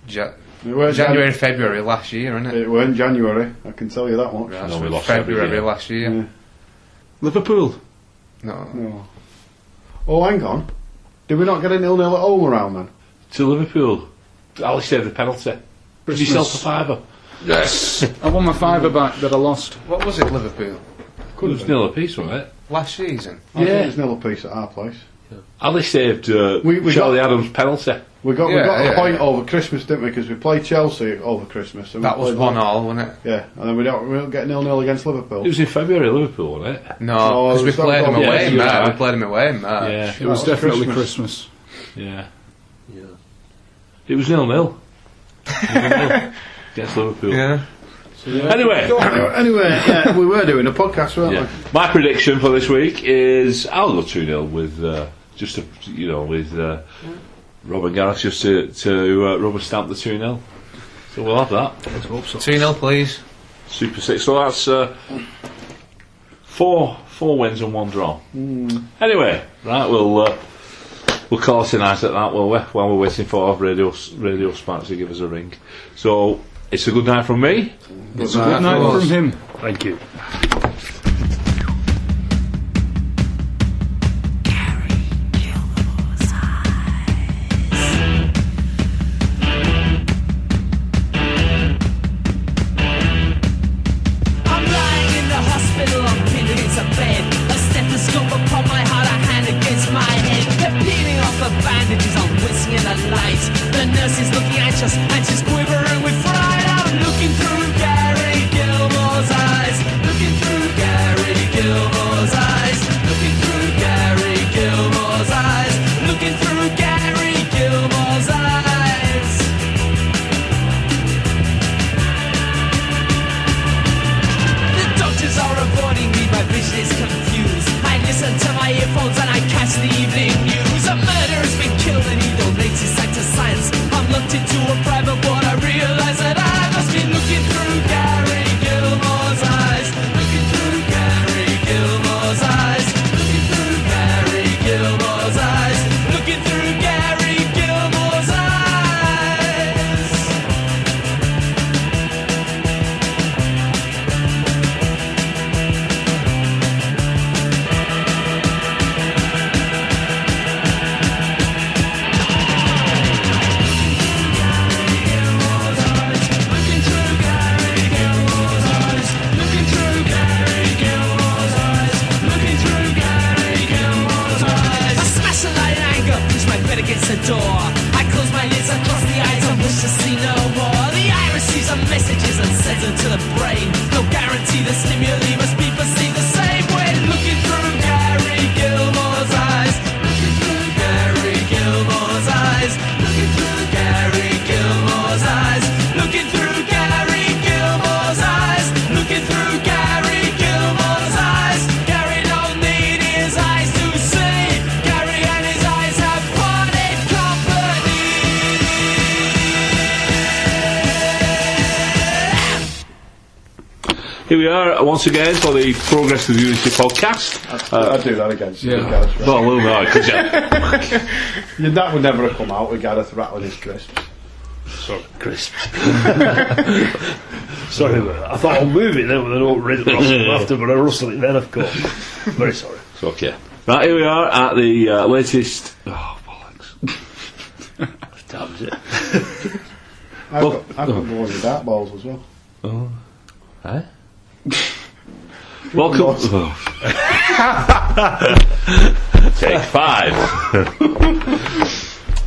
C: Ja-
D: It weren't Jan-
C: January, February last year, isn't it?
D: It weren't January. I can tell you that much.
C: Right,
A: No,
C: so
A: we lost every
C: February
A: year.
C: last year.
D: Yeah.
E: Liverpool.
C: No,
D: No. Oh, hang on. Did we not get a nil-nil at home around then?
A: To Liverpool. Ali saved the penalty. Did he sell for
E: Christmas.
A: fiver?
E: Yes. I won my fiver back that I lost.
C: what was it? Liverpool
A: It was nil apiece, wasn't it?
C: last season.
D: I think
A: Yeah.
D: it was nil apiece at our place.
A: Ali saved uh,
D: We- we
A: Charlie Adams' penalty.
D: We got we
C: Yeah,
D: got a
C: yeah,
D: point
C: yeah.
D: over Christmas, didn't we? Because we played Chelsea over Christmas. And we
C: That was
D: played-
C: one all, wasn't it?
D: Yeah, and then we don't we don't get nil-nil against Liverpool.
A: It was in February, Liverpool, wasn't it?
C: No,
D: No,
C: because
D: it
C: we
D: was that
C: played them
D: one-
A: Yeah,
C: away, in
A: you're
C: March.
A: right.
C: We played them away, in March.
A: Yeah,
E: It was
D: was
E: definitely
D: Oh, Christmas.
E: Christmas.
A: yeah, yeah. It was nil nil. Against Liverpool.
C: Yeah.
A: Anyway,
D: anyway, yeah, we were doing a podcast, weren't
A: yeah. my prediction for this week is I'll go two 0 with uh, just a, you know with uh, Robin Gareth just to to uh, rubber stamp the two 0 So we'll have that
C: Two 0 please.
A: Super Six. So that's uh, four four wins and one draw.
B: Hmm.
A: Anyway, right, we'll uh, we'll call it a night at that, will we? While we're waiting for Radio Radio Sparks to give us a ring. So it's a good night from me.
E: It's
D: Uh,
E: a good night from him.
B: Thank you.
F: I'm lying in the hospital, I'm pinned against a bed. A stethoscope upon my heart, a hand against my head. They're peeling off the bandages, I'm whistling in the light. The nurse is looking anxious, and she's quivering with fright. I'm looking through Gary Gilmore's eyes, looking my earphones and I catch the evening news. A murderer's been killed and he donates his sight to science. I'm locked into a private ward. I realize that I must be looking through Gary Gilmore's eyes. Looking through Gary Gilmore's eyes. Looking through Gary Gilmore's eyes. Looking through Gary Gilmore's eyes. Looking through Gary Gilmore's eyes. Looking through Gary Gilmore's eyes. Looking through Gary Gilmore's eyes. I smash a light in anger, push my bed against the door. I close my lids, I cross the eyes, I wish to see no more. The eye receives some messages and sends them to the brain. No guarantee the stimuli must be perceived the same way. Looking through Gary Gilmore's eyes. Looking through Gary Gilmore's eyes. Looking through Gary Gilmore's eyes. Looking through Gary Gilmore's eyes. Looking through Gary Gilmore's eyes. Gary don't need his eyes to see. Gary and his eyes have parted company.
A: Here we are uh, once again for the Progress of Unity podcast. Uh,
D: I'd do that again.
E: yeah.
D: Gareth Ra-
A: not a little bit, because
D: Yeah, that would never have come out with Gareth rattling his crisps.
B: Sorry, crisps. sorry, but I thought I'll move it then with an old rid- rustle it after, but I rustled it then, of course. Very sorry.
A: It's okay. Right, here we are at the uh, latest. Oh, bollocks.
B: Damn it.
D: I've
A: Well-
D: got, I've got the one with dart balls as well.
A: Eh? Welcome.
D: lost.
A: Oh. Take five.